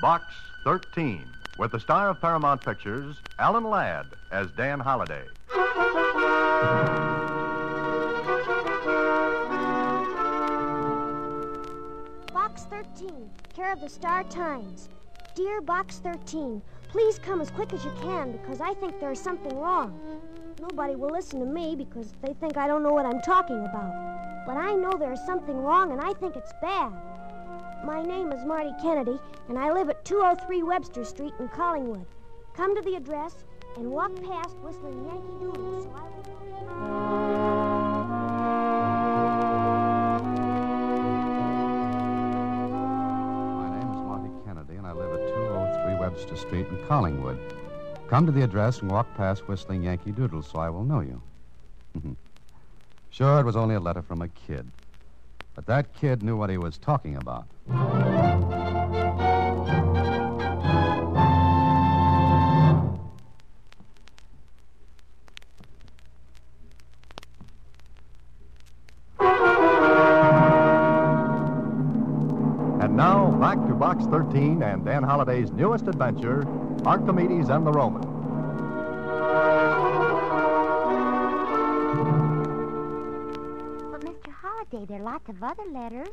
Box 13, with the star of Paramount Pictures, Alan Ladd, as Dan Holliday. Box 13, care of the Star Times. Dear Box 13, please come as quick as you can because I think there is something wrong. Nobody will listen to me because they think I don't know what I'm talking about. But I know there is something wrong and I think it's bad. My name is Marty Kennedy and I live at 203 Webster Street in Collingwood. Come to the address and walk past whistling Yankee Doodle so I will know. My name is Monty Kennedy, and I live at 203 Webster Street in Collingwood. Come to the address and walk past Whistling Yankee Doodle so I will know you. sure, it was only a letter from a kid. But that kid knew what he was talking about. And now, back to Box 13 and Dan Holliday's newest adventure Archimedes and the Roman. But, Mr. Holliday, there are lots of other letters.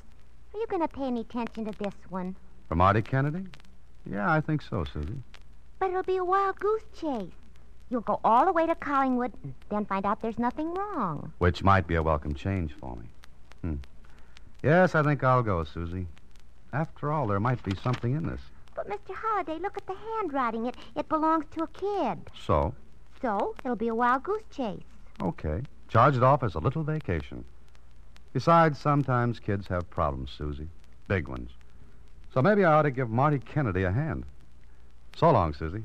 Are you going to pay any attention to this one? From Marty Kennedy? Yeah, I think so, Susie. But it'll be a wild goose chase. You'll go all the way to Collingwood and then find out there's nothing wrong. Which might be a welcome change for me. Hmm. Yes, I think I'll go, Susie. After all, there might be something in this. But, Mr. Holliday, look at the handwriting. It, it belongs to a kid. So, So, it'll be a wild goose chase. okay. Charge it off as a little vacation. Besides, sometimes kids have problems, Susie. Big ones. So maybe I ought to give Marty Kennedy a hand. So long, Susie.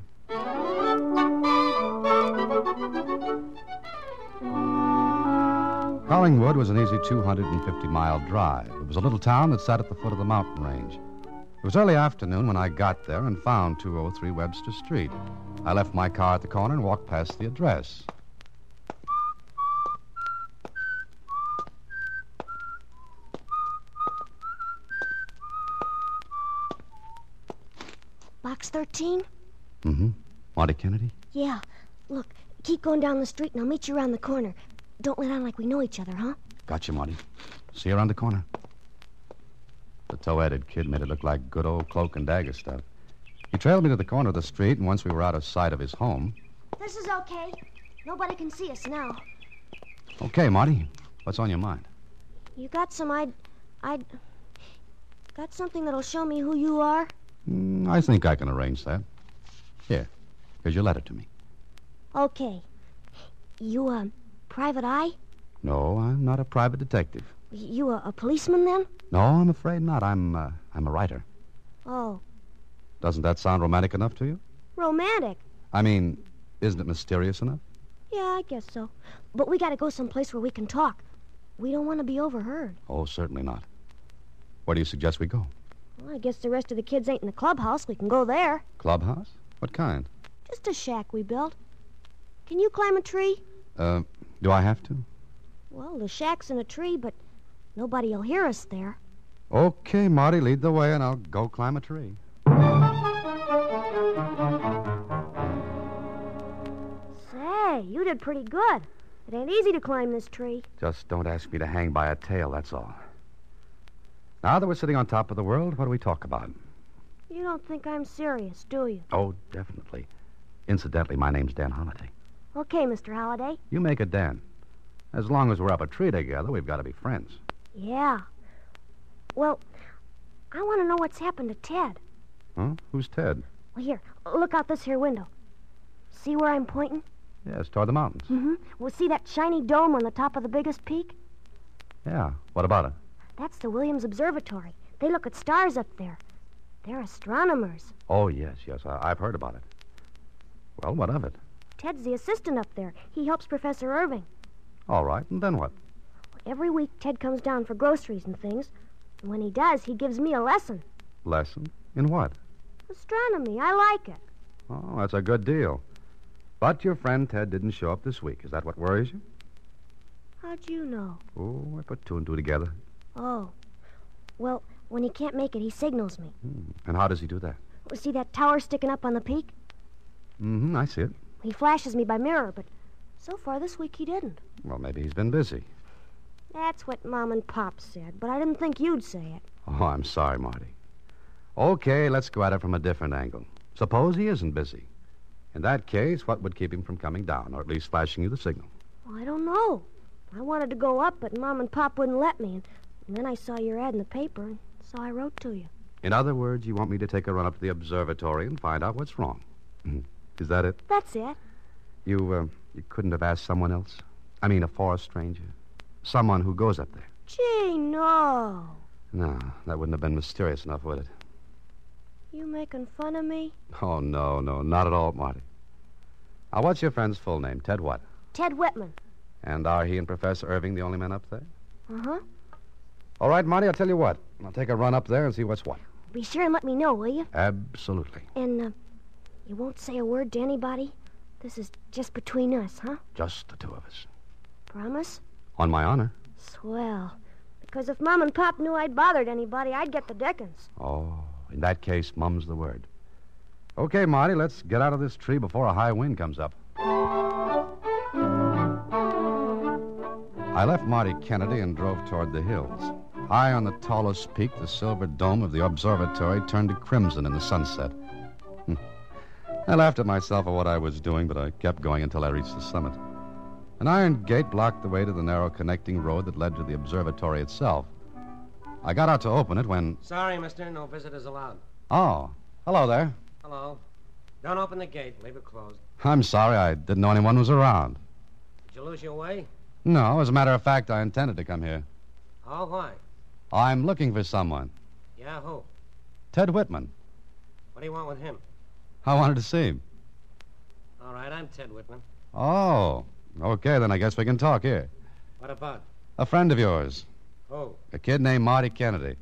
Collingwood was an easy 250 mile drive. It was a little town that sat at the foot of the mountain range. It was early afternoon when I got there and found 203 Webster Street. I left my car at the corner and walked past the address. Box 13? Mm hmm. Monty Kennedy? Yeah. Look, keep going down the street and I'll meet you around the corner. Don't let on like we know each other, huh? Got you, Marty. See you around the corner. The tow headed kid made it look like good old cloak and dagger stuff. He trailed me to the corner of the street, and once we were out of sight of his home. This is okay. Nobody can see us now. Okay, Marty, what's on your mind? You got some I I got something that'll show me who you are? Mm, I think I can arrange that. Here, here's your letter to me. Okay. You um private eye? No, I'm not a private detective. You a, a policeman then? No, I'm afraid not. I'm, uh, I'm a writer. Oh, Doesn't that sound romantic enough to you? romantic. I mean, isn't it mysterious enough? Yeah, I guess so. But we gotta go someplace where we can talk. We don't want to be overheard. Oh, certainly not. Where do you suggest we go? Well, I guess the rest of the kids ain't in the clubhouse. We can go there. Clubhouse? What kind? Just a shack we built. Can you climb a tree? Uh, do I have to? Well, the shack's in a tree, but nobody'll hear us there. Okay, Marty, lead the way, and I'll go climb a tree. Say, you did pretty good. It ain't easy to climb this tree. Just don't ask me to hang by a tail, that's all. Now that we're sitting on top of the world, what do we talk about? You don't think I'm serious, do you? Oh, definitely. Incidentally, my name's Dan Holliday. Okay, Mr. Holliday. You make it Dan. As long as we're up a tree together, we've got to be friends. Yeah. Well, I want to know what's happened to Ted. Huh? Who's Ted? Well, here, look out this here window. See where I'm pointing? Yes, toward the mountains. Mm-hmm. Well, see that shiny dome on the top of the biggest peak? Yeah. What about it? That's the Williams Observatory. They look at stars up there. They're astronomers. Oh, yes, yes. I- I've heard about it. Well, what of it? Ted's the assistant up there. He helps Professor Irving. All right, and then what? Every week, Ted comes down for groceries and things. And when he does, he gives me a lesson. Lesson? In what? Astronomy, I like it. Oh, that's a good deal. But your friend Ted didn't show up this week. Is that what worries you? How'd you know? Oh, I put two and two together. Oh. Well, when he can't make it, he signals me. Hmm. And how does he do that? See that tower sticking up on the peak? Mm-hmm, I see it. He flashes me by mirror, but so far this week he didn't. Well, maybe he's been busy. That's what Mom and Pop said, but I didn't think you'd say it. Oh, I'm sorry, Marty. Okay, let's go at it from a different angle. Suppose he isn't busy. In that case, what would keep him from coming down, or at least flashing you the signal? Well, I don't know. I wanted to go up, but Mom and Pop wouldn't let me, and, and then I saw your ad in the paper, and so I wrote to you. In other words, you want me to take a run up to the observatory and find out what's wrong. Hmm. Is that it? That's it. You, uh, you couldn't have asked someone else? I mean, a forest ranger? Someone who goes up there? Gee, no. No, that wouldn't have been mysterious enough, would it? You making fun of me? Oh, no, no, not at all, Marty. Now, what's your friend's full name? Ted what? Ted Whitman. And are he and Professor Irving the only men up there? Uh huh. All right, Marty, I'll tell you what. I'll take a run up there and see what's what. Be sure and let me know, will you? Absolutely. And, uh, you won't say a word to anybody? This is just between us, huh? Just the two of us. Promise? On my honor. Swell. Because if Mom and Pop knew I'd bothered anybody, I'd get the Dickens. Oh, in that case, mum's the word. Okay, Marty, let's get out of this tree before a high wind comes up. I left Marty Kennedy and drove toward the hills. High on the tallest peak, the silver dome of the observatory turned to crimson in the sunset. Hmm. I laughed at myself for what I was doing, but I kept going until I reached the summit. An iron gate blocked the way to the narrow connecting road that led to the observatory itself. I got out to open it when. Sorry, mister. No visitors allowed. Oh, hello there. Hello. Don't open the gate. Leave it closed. I'm sorry, I didn't know anyone was around. Did you lose your way? No, as a matter of fact, I intended to come here. Oh, why? I'm looking for someone. Yeah, who? Ted Whitman. What do you want with him? I wanted to see him. All right, I'm Ted Whitman. Oh, okay, then I guess we can talk here. What about? A friend of yours, Who? a kid named Marty Kennedy.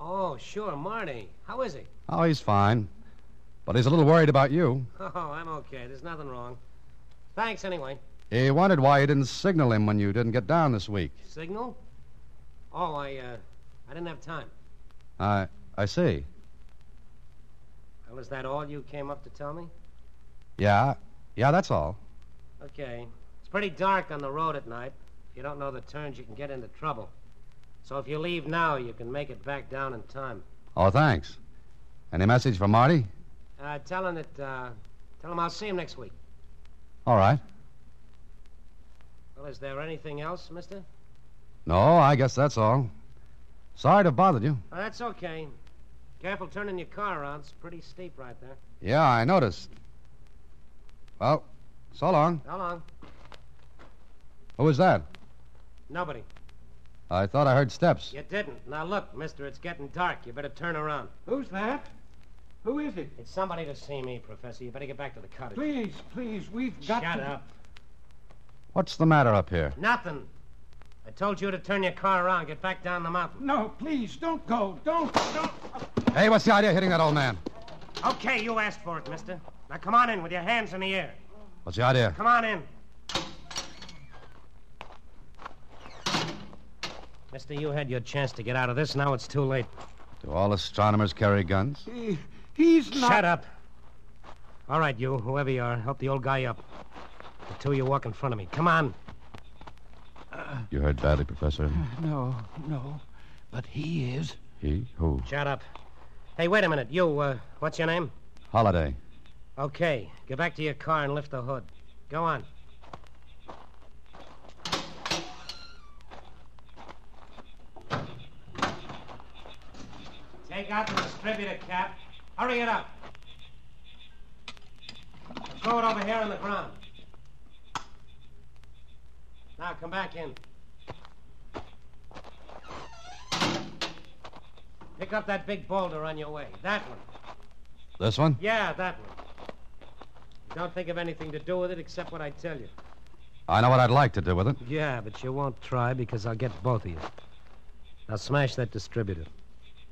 Oh, sure, Marty. How is he? Oh, he's fine. But he's a little worried about you. Oh, I'm okay. There's nothing wrong. Thanks, anyway. He wondered why you didn't signal him when you didn't get down this week. Signal? Oh, I, uh, I didn't have time. I, I see. Well, is that all you came up to tell me? Yeah, yeah, that's all. Okay. It's pretty dark on the road at night. If you don't know the turns, you can get into trouble. So if you leave now, you can make it back down in time. Oh, thanks. Any message for Marty? Uh, tell him that, uh, tell him I'll see him next week. All right. Well, is there anything else, mister? No, I guess that's all. Sorry to have bothered you. Oh, that's okay. Careful turning your car around. It's pretty steep right there. Yeah, I noticed. Well, so long. How long? Who was that? Nobody. I thought I heard steps. You didn't. Now look, mister, it's getting dark. You better turn around. Who's that? Who is it? It's somebody to see me, Professor. You better get back to the cottage. Please, please, we've got Shut to... up. What's the matter up here? Nothing. I told you to turn your car around, get back down the mountain. No, please, don't go. Don't, don't. Hey, what's the idea of hitting that old man? Okay, you asked for it, mister. Now come on in with your hands in the air. What's the idea? Come on in. Mister, you had your chance to get out of this. Now it's too late. Do all astronomers carry guns? He- he's not. Shut up. All right, you, whoever you are, help the old guy up. The two of you walk in front of me. Come on. You heard badly, Professor. No, no. But he is. He? Who? Shut up. Hey, wait a minute. You, uh, what's your name? Holiday. Okay, get back to your car and lift the hood. Go on. Take out the distributor cap. Hurry it up. And Throw it over here on the ground. Now come back in. Pick up that big boulder on your way. That one. This one? Yeah, that one. Don't think of anything to do with it except what I tell you. I know what I'd like to do with it. Yeah, but you won't try because I'll get both of you. Now smash that distributor.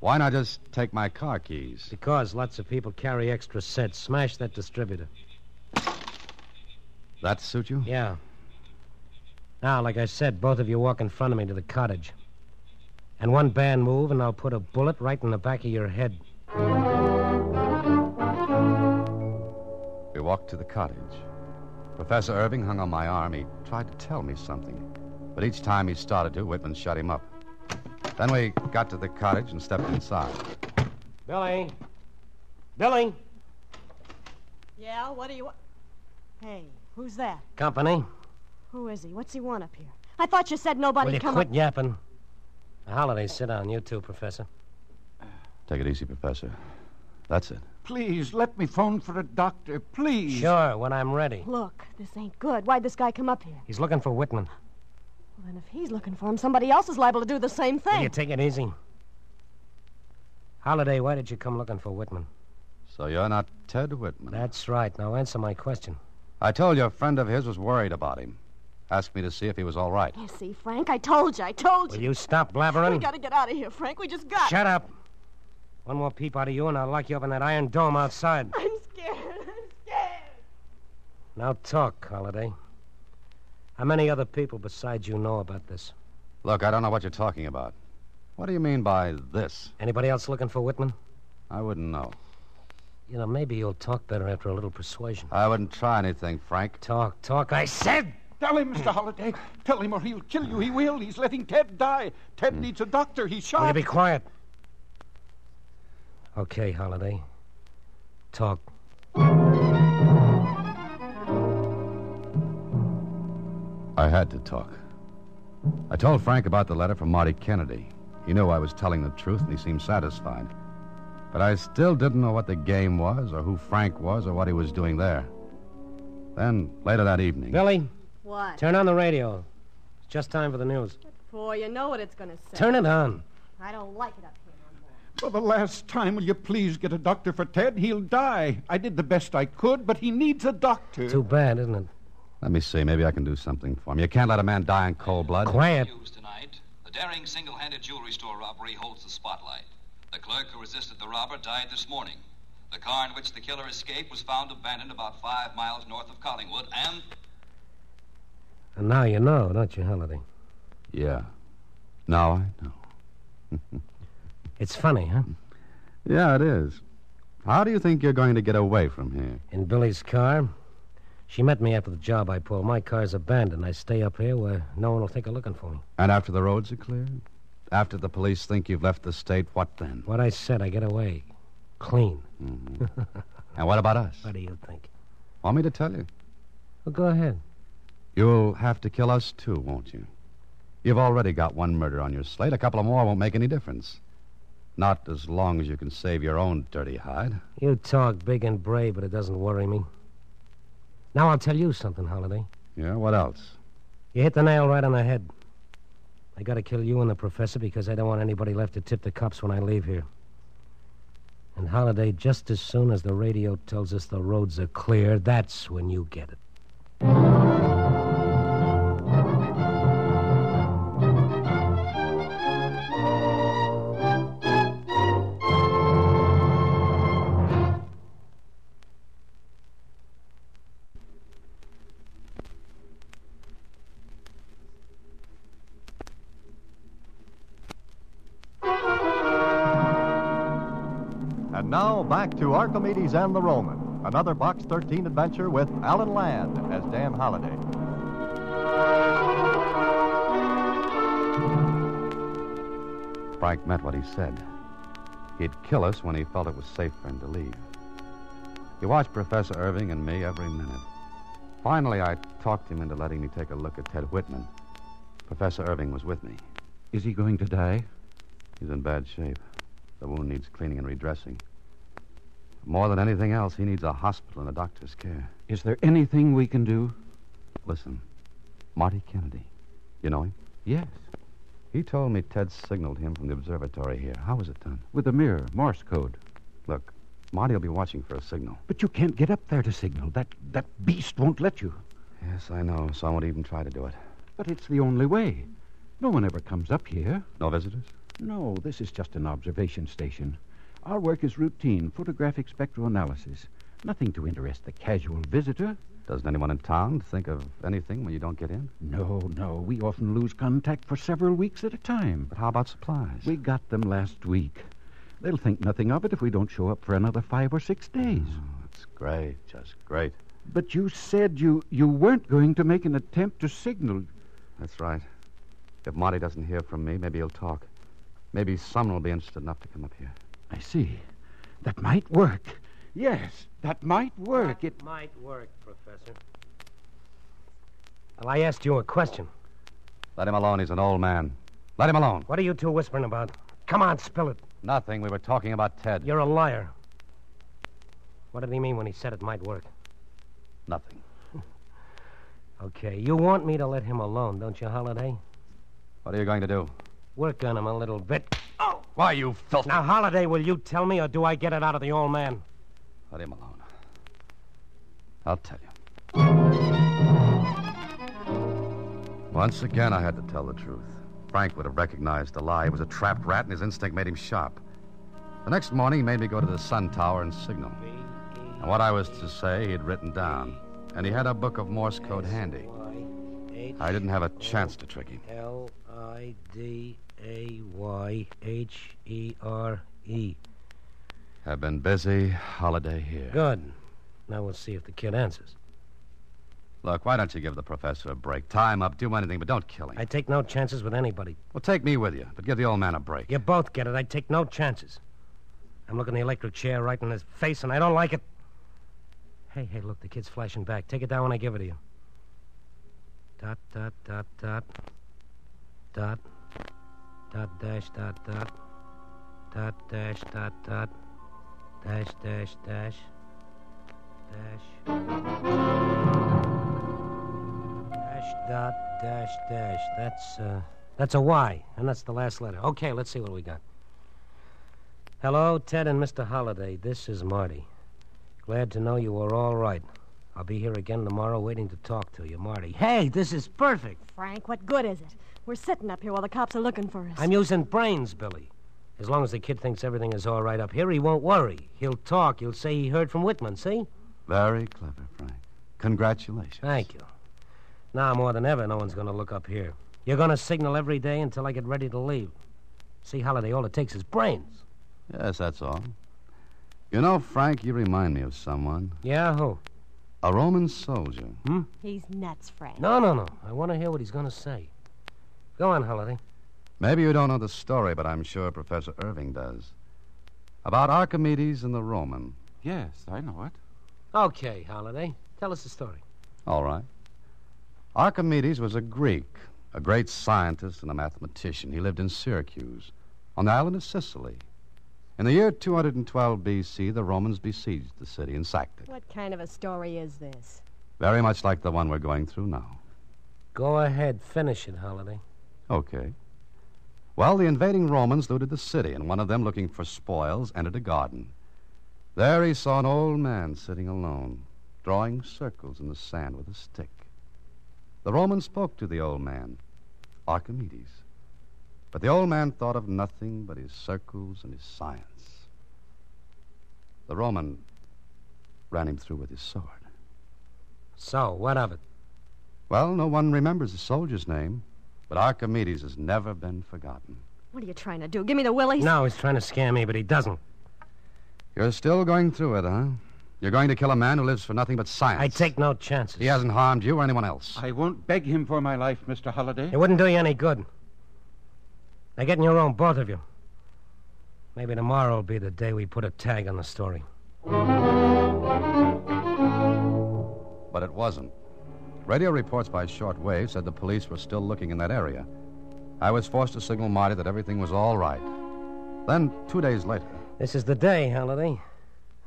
Why not just take my car keys? Because lots of people carry extra sets. Smash that distributor. That suit you? Yeah. Now, like I said, both of you walk in front of me to the cottage. And one band move, and I'll put a bullet right in the back of your head. We walked to the cottage. Professor Irving hung on my arm. He tried to tell me something. But each time he started to, Whitman shut him up. Then we got to the cottage and stepped inside. Billy. Billy. Yeah, what do you want? Hey, who's that? Company. Who is he? What's he want up here? I thought you said nobody Will you come quit up. yapping? Now, Holiday, sit down. You too, Professor. Take it easy, Professor. That's it. Please, let me phone for a doctor. Please. Sure, when I'm ready. Look, this ain't good. Why'd this guy come up here? He's looking for Whitman. Well, then if he's looking for him, somebody else is liable to do the same Will you thing. take it easy? Holiday, why did you come looking for Whitman? So you're not Ted Whitman? That's right. Now answer my question. I told you a friend of his was worried about him. Asked me to see if he was all right. You see, Frank, I told you, I told Will you. you stop We blabbering? gotta get out of here, Frank. We just got. Shut up. One more peep out of you, and I'll lock you up in that iron dome outside. I'm scared. I'm scared. Now talk, Holiday. How many other people besides you know about this? Look, I don't know what you're talking about. What do you mean by this? Anybody else looking for Whitman? I wouldn't know. You know, maybe you'll talk better after a little persuasion. I wouldn't try anything, Frank. Talk, talk, I said! Tell him, Mr. Holliday. Tell him, or he'll kill you. He will. He's letting Ted die. Ted needs a doctor. He's Hmm. Will you shot. be quiet? Okay, Holiday. Talk. I had to talk. I told Frank about the letter from Marty Kennedy. He knew I was telling the truth, and he seemed satisfied. But I still didn't know what the game was, or who Frank was, or what he was doing there. Then, later that evening, Billy, What? turn on the radio. It's just time for the news. Boy, you know what it's gonna say. Turn it on. I don't like it up here. For the last time, will you please get a doctor for Ted? He'll die. I did the best I could, but he needs a doctor. Too bad, isn't it? let me see. Maybe I can do something for him. You can't let a man die in cold blood. Quiet. News tonight. The daring single handed jewelry store robbery holds the spotlight. The clerk who resisted the robber died this morning. The car in which the killer escaped was found abandoned about five miles north of Collingwood, and And now you know, don't you, Holiday? Yeah. Now I know. It's funny, huh? Yeah, it is. How do you think you're going to get away from here? In Billy's car. She met me after the job I pulled. My car's abandoned. I stay up here where no one will think of looking for me. And after the roads are clear? After the police think you've left the state, what then? What I said, I get away. Clean. And what about us? What do you think? Want me to tell you? Well, go ahead. You'll have to kill us too, won't you? You've already got one murder on your slate. A couple of more won't make any difference. Not as long as you can save your own dirty hide. You talk big and brave, but it doesn't worry me. Now I'll tell you something, Holiday. Yeah, what else? You hit the nail right on the head. I gotta kill you and the professor because I don't want anybody left to tip the cops when I leave here. And Holiday, just as soon as the radio tells us the roads are clear, that's when you get it. Now back to Archimedes and the Roman, another Box 13 adventure with Alan Ladd as Dan Holliday. Frank meant what he said. He'd kill us when he felt it was safe for him to leave. He watched Professor Irving and me every minute. Finally, I talked him into letting me take a look at Ted Whitman. Professor Irving was with me. Is he going to die? He's in bad shape. The wound needs cleaning and redressing. More than anything else, he needs a hospital and a doctor's care. Is there anything we can do? Listen, Marty Kennedy. You know him? Yes. He told me Ted signaled him from the observatory here. How was it done? With a mirror, Morse code. Look, Marty will be watching for a signal. But you can't get up there to signal. That that beast won't let you. Yes, I know, so I won't even try to do it. But it's the only way. No one ever comes up here. No visitors? No, this is just an observation station. Our work is routine photographic spectroanalysis. Nothing to interest the casual visitor. Doesn't anyone in town think of anything when you don't get in? No, no. We often lose contact for several weeks at a time. But how about supplies? We got them last week. They'll think nothing of it if we don't show up for another five or six days. Oh, that's great, just great. But you said you, you weren't going to make an attempt to signal. That's right. If Marty doesn't hear from me, maybe he'll talk. Maybe someone will be interested enough to come up here. I see. That might work. Yes, that might work. That it might work, Professor. Well, I asked you a question. Let him alone. He's an old man. Let him alone. What are you two whispering about? Come on, spill it. Nothing. We were talking about Ted. You're a liar. What did he mean when he said it might work? Nothing. okay, you want me to let him alone, don't you, Holiday? What are you going to do? Work on him a little bit. Oh! Why, you filthy. Now, Holiday, will you tell me, or do I get it out of the old man? Let him alone. I'll tell you. Once again, I had to tell the truth. Frank would have recognized the lie. He was a trapped rat, and his instinct made him sharp. The next morning, he made me go to the Sun Tower and signal. And what I was to say, he had written down. And he had a book of Morse code handy. I didn't have a chance to trick him. L I D A Y H E R E. Have been busy. Holiday here. Good. Now we'll see if the kid answers. Look, why don't you give the professor a break? Tie him up, do anything, but don't kill him. I take no chances with anybody. Well, take me with you, but give the old man a break. You both get it. I take no chances. I'm looking the electric chair right in his face, and I don't like it. Hey, hey, look, the kid's flashing back. Take it down when I give it to you. Dot, dot, dot, dot. Dot. Dot, dash, dot, dot. Dot, dash, dot, dot. Dash, dash, dash. Dash. Dash, dot, dash, dash. That's, uh, that's a Y, and that's the last letter. Okay, let's see what we got. Hello, Ted and Mr. Holliday. This is Marty. Glad to know you are all right. I'll be here again tomorrow waiting to talk to you, Marty. Hey, this is perfect. Frank, what good is it? We're sitting up here while the cops are looking for us. I'm using brains, Billy. As long as the kid thinks everything is all right up here, he won't worry. He'll talk. He'll say he heard from Whitman, see? Very clever, Frank. Congratulations. Thank you. Now, more than ever, no one's going to look up here. You're going to signal every day until I get ready to leave. See, Holiday, all it takes is brains. Yes, that's all. You know, Frank, you remind me of someone. Yeah, who? A Roman soldier. Hmm? He's nuts, Frank. No, no, no. I want to hear what he's going to say. Go on, Holiday. Maybe you don't know the story, but I'm sure Professor Irving does. About Archimedes and the Roman. Yes, I know it. Okay, Holiday. Tell us the story. All right. Archimedes was a Greek, a great scientist and a mathematician. He lived in Syracuse, on the island of Sicily. In the year 212 BC, the Romans besieged the city and sacked it. What kind of a story is this? Very much like the one we're going through now. Go ahead, finish it, Holiday. Okay. Well, the invading Romans looted the city, and one of them, looking for spoils, entered a garden. There he saw an old man sitting alone, drawing circles in the sand with a stick. The Roman spoke to the old man, Archimedes. But the old man thought of nothing but his circles and his science. The Roman ran him through with his sword. So, what of it? Well, no one remembers the soldier's name, but Archimedes has never been forgotten. What are you trying to do? Give me the willies? No, he's trying to scare me, but he doesn't. You're still going through it, huh? You're going to kill a man who lives for nothing but science. I take no chances. He hasn't harmed you or anyone else. I won't beg him for my life, Mr. Holliday. It wouldn't do you any good. Now get in your own, both of you. Maybe tomorrow will be the day we put a tag on the story. But it wasn't. Radio reports by shortwave said the police were still looking in that area. I was forced to signal Marty that everything was all right. Then, two days later, This is the day, Halliday.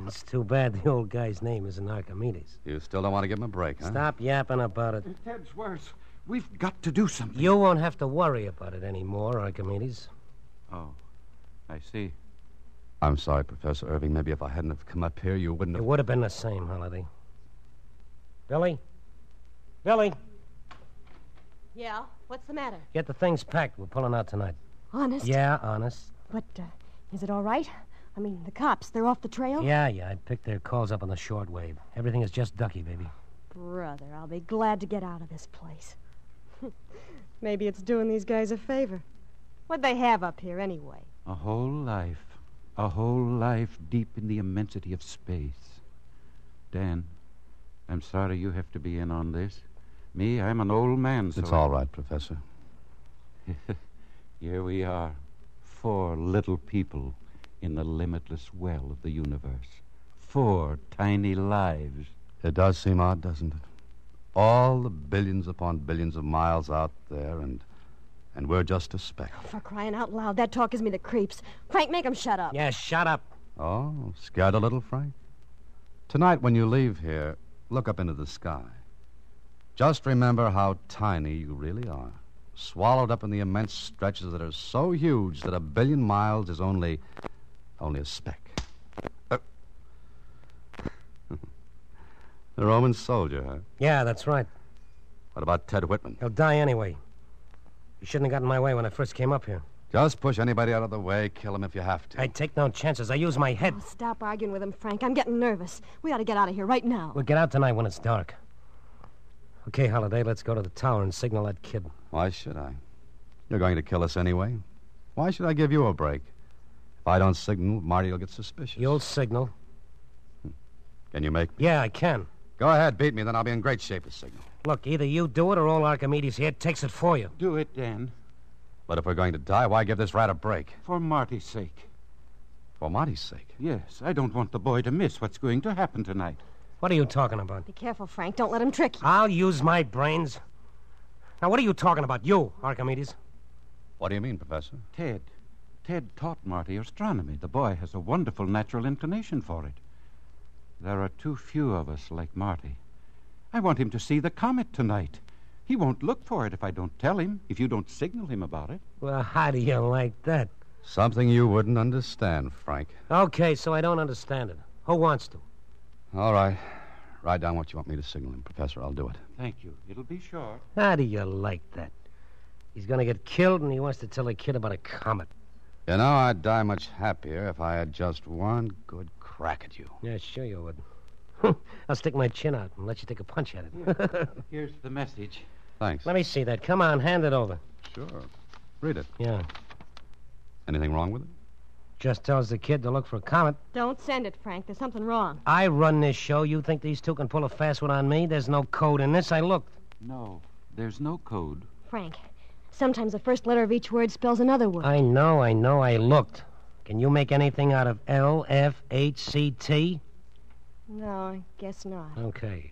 It's too bad the old guy's name isn't Archimedes. you still don't want to give him a break, huh? Stop yapping about it. Ted's worse. We've got to do something. You won't have to worry about it anymore, Archimedes. Oh, I see. I'm sorry, Professor Irving. Maybe if I hadn't have come up here, you wouldn't It have. would have been the same, Halliday. Billy? Billy, Yeah? What's the matter? get the things packed. We're pulling out tonight. Honest? Yeah, honest. But uh, is it all right? I mean, the cops, they're off the trail? Yeah, yeah, I picked their calls up on the shortwave. Everything is just ducky, baby. Brother, I'll be glad to get out of this place. Maybe it's doing these guys a favor. What'd they have up here, anyway? A whole life. A whole life deep in the immensity of space. Dan, I'm sorry you have to be in on this. Me, I'm an old man, so. It's all right, Professor. Here we are. Four little people in the limitless well of the universe. Four tiny lives. It does seem odd, doesn't it? All the billions upon billions of miles out there, and and we're just a speck. For crying out loud, that talk gives me the creeps. Frank, make 'em shut up. Yeah, shut up. Oh, scared a little, Frank? Tonight, when you leave here, look up into the sky. Just remember how tiny you really are, swallowed up in the immense stretches that are so huge that a billion miles is only, only a speck. Uh, the Roman soldier, huh? Yeah, that's right. What about Ted Whitman? He'll die anyway. You shouldn't have gotten in my way when I first came up here. Just push anybody out of the way, kill him if you have to. I take no chances. I use my head. Oh, stop arguing with him, Frank. I'm getting nervous. We ought to get out of here right now. We'll get out tonight when it's dark. Okay, Holiday, let's go to the tower and signal that kid. Why should I? You're going to kill us anyway. Why should I give you a break? If I don't signal, Marty will get suspicious. You'll signal. Can you make Yeah, I can. Go ahead, beat me, then I'll be in great shape with signal. Look, either you do it or all Archimedes here takes it for you. Do it, Dan. But if we're going to die, why give this rat a break? For Marty's sake. For Marty's sake. Yes, I don't want the boy to miss what's going to happen tonight. What are you talking about? Be careful, Frank. Don't let him trick you. I'll use my brains. Now, what are you talking about? You, Archimedes. What do you mean, Professor? Ted. Ted taught Marty astronomy. The boy has a wonderful natural inclination for it. There are too few of us like Marty. I want him to see the comet tonight. He won't look for it if I don't tell him, if you don't signal him about it. Well, how do you like that? Something you wouldn't understand, Frank. Okay, so I don't understand it. Who wants to? All right. Write down what you want me to signal him, Professor. I'll do it. Thank you. It'll be short. How do you like that? He's going to get killed, and he wants to tell a kid about a comet. You know, I'd die much happier if I had just one good crack at you. Yeah, sure you would. I'll stick my chin out and let you take a punch at it. Here's the message. Thanks. let me see that. Come on, hand it over. Sure. Read it. Yeah. Anything wrong with it? Just tells the kid to look for a comet. Don't send it, Frank. There's something wrong. I run this show. You think these two can pull a fast one on me? There's no code in this. I looked. No, there's no code. Frank, sometimes the first letter of each word spells another word. I know, I know, I looked. Can you make anything out of L, F, H, C, T? No, I guess not. Okay.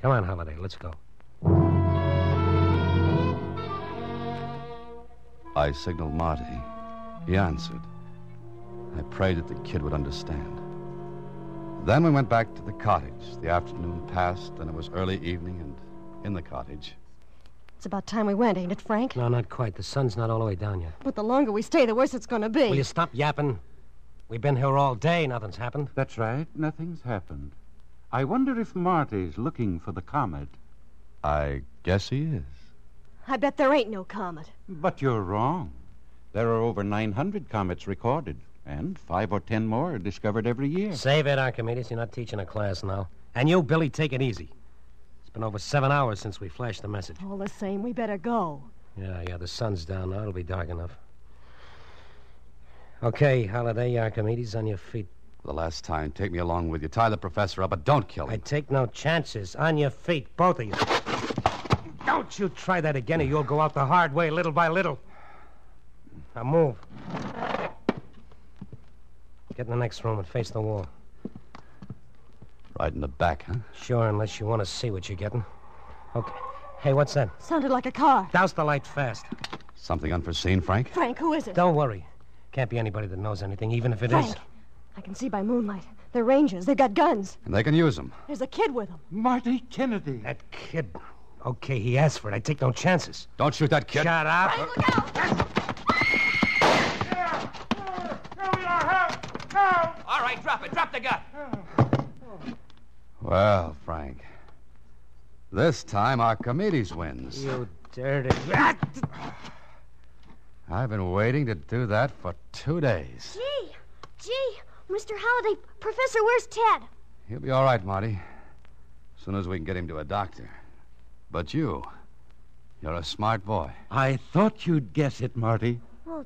Come on, Holiday, let's go. I signaled Marty. He answered. I prayed that the kid would understand. Then we went back to the cottage. The afternoon passed, and it was early evening, and in the cottage. It's about time we went, ain't it, Frank? No, not quite. The sun's not all the way down yet. But the longer we stay, the worse it's going to be. Will you stop yapping? We've been here all day. Nothing's happened. That's right. Nothing's happened. I wonder if Marty's looking for the comet. I guess he is. I bet there ain't no comet. But you're wrong. There are over 900 comets recorded, and five or ten more are discovered every year. Save it, Archimedes. You're not teaching a class now. And you, Billy, take it easy. It's been over seven hours since we flashed the message. All the same, we better go. Yeah, yeah, the sun's down now. It'll be dark enough. Okay, Holiday, Archimedes, on your feet. For the last time, take me along with you. Tie the professor up, but don't kill him. I take no chances. On your feet, both of you. Don't you try that again, or you'll go out the hard way little by little. Now move. Get in the next room and face the wall. Right in the back, huh? Sure, unless you want to see what you're getting. Okay. Hey, what's that? Sounded like a car. Douse the light fast. Something unforeseen, Frank? Frank, who is it? Don't worry. Can't be anybody that knows anything, even if it is. Frank. I can see by moonlight. They're rangers. They've got guns. And they can use them. There's a kid with them. Marty Kennedy. That kid. Okay, he asked for it. I take no chances. Don't shoot that kid. Shut up. All right, drop it. Drop the gun. Well, Frank. This time Archimedes wins. You dirty. I've been waiting to do that for two days. Gee, gee, Mr. Holliday, Professor, where's Ted? He'll be all right, Marty. As soon as we can get him to a doctor. But you, you're a smart boy. I thought you'd guess it, Marty. Well,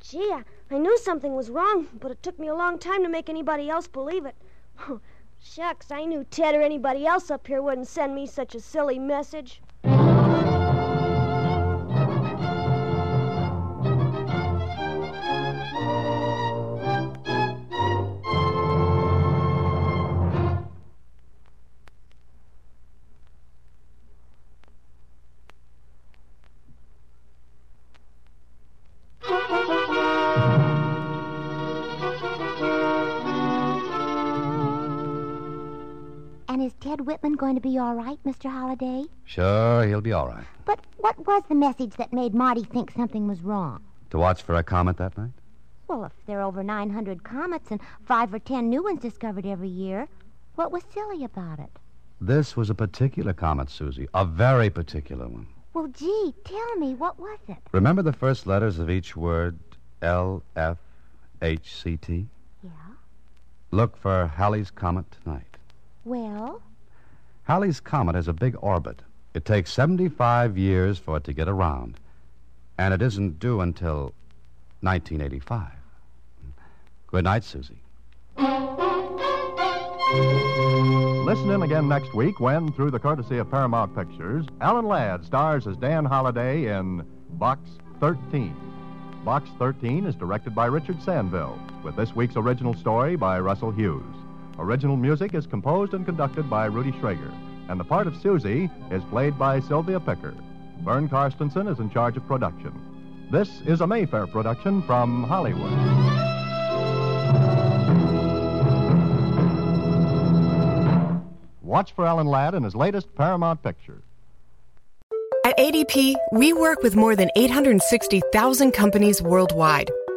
gee, I, I knew something was wrong, but it took me a long time to make anybody else believe it. Shucks, I knew Ted or anybody else up here wouldn't send me such a silly message. And is Ted Whitman going to be all right, Mr. Holliday? Sure, he'll be all right. But what was the message that made Marty think something was wrong? To watch for a comet that night? Well, if there are over 900 comets and five or ten new ones discovered every year, what was silly about it? This was a particular comet, Susie. A very particular one. Well, gee, tell me, what was it? Remember the first letters of each word L, F, H, C, T? Yeah. Look for Halley's Comet tonight. Well, Halley's Comet has a big orbit. It takes 75 years for it to get around, and it isn't due until 1985. Good night, Susie. Listen in again next week when, through the courtesy of Paramount Pictures, Alan Ladd stars as Dan Holliday in Box 13. Box 13 is directed by Richard Sandville, with this week's original story by Russell Hughes. Original music is composed and conducted by Rudy Schrager, and the part of Susie is played by Sylvia Picker. Vern Karstensen is in charge of production. This is a Mayfair production from Hollywood. Watch for Alan Ladd in his latest Paramount picture. At ADP, we work with more than 860,000 companies worldwide.